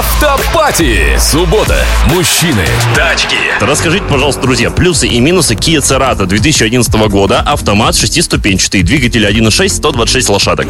Автопати. Суббота. Мужчины. Тачки. Расскажите, пожалуйста, друзья, плюсы и минусы Kia Cerato 2011 года, автомат шестиступенчатый, двигатель 1.6, 126 лошадок.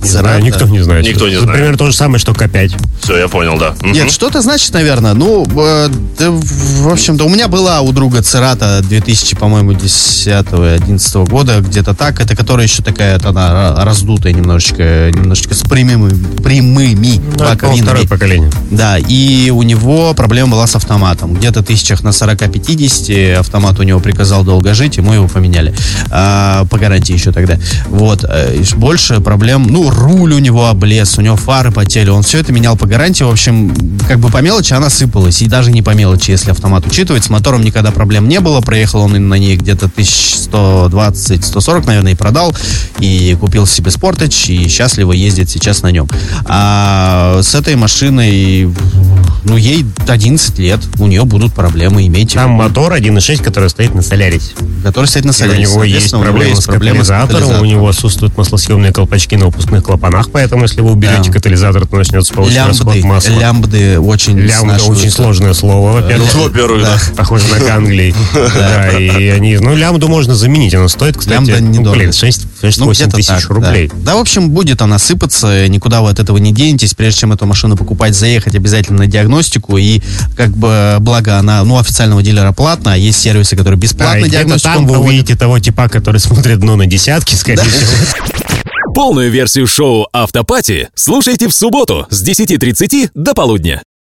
Не знаю, никто не знает. Никто не Это знает. Примерно то же самое, что К5. Все, я понял, да. Мгм. Нет, что-то значит, наверное. Ну, э, да, в общем-то, у меня была у друга Церата 2000, по-моему, 10-11 года, где-то так. Это которая еще такая, вот она ра- раздутая немножечко, немножечко с прямыми, прямыми Ну, это, по-моему, второе боковинами. поколение. Да, и у него проблема была с автоматом. Где-то тысячах на 40-50 автомат у него приказал долго жить, и мы его поменяли. А, по гарантии еще тогда. Вот. э, и ж- Больше проблем. Ну, руль у него облез, у него фары потели. Он все это менял по гарантии. В общем, как бы по мелочи она сыпалась. И даже не по мелочи, если автомат учитывать. С мотором никогда проблем не было. Проехал он и на ней где-то 1120-140, наверное, и продал. И купил себе Спортач. И счастливо ездит сейчас на нем. А с этой машиной, ну, ей 11 лет. У нее будут проблемы. Имейте в Там мотор 1.6, который стоит на Солярисе. который стоит И на У солярисе. него есть Соответственно, у него проблемы есть с проблемы с катализатором, у катализатором. него отсутствуют маслосъемные колпачки на выпускных клапанах, поэтому если вы уберете Да. катализатор, то начнется получать расход масла. Лямбды, лямбды очень Лямбда снашиваются. очень сложное слово, во-первых. Во-первых, да. Похоже на Ганглий. Да, и они... Ну, лямбду можно заменить, она стоит, кстати, Лямбда ну, недорого. блин, 6-8 Ну, где-то тысяч так, да. рублей. Да. в общем, будет она сыпаться, никуда вы от этого не денетесь. Прежде чем эту машину покупать, заехать обязательно на диагностику. И как бы, благо, она, ну, официального дилера платная, а есть сервисы, которые Да, А, и бесплатно где-то диагностику там вы проводят. увидите того типа, который смотрит дно на десятки, скорее всего. Полную версию шоу «Автопати» слушайте в субботу с 10.30 до полудня.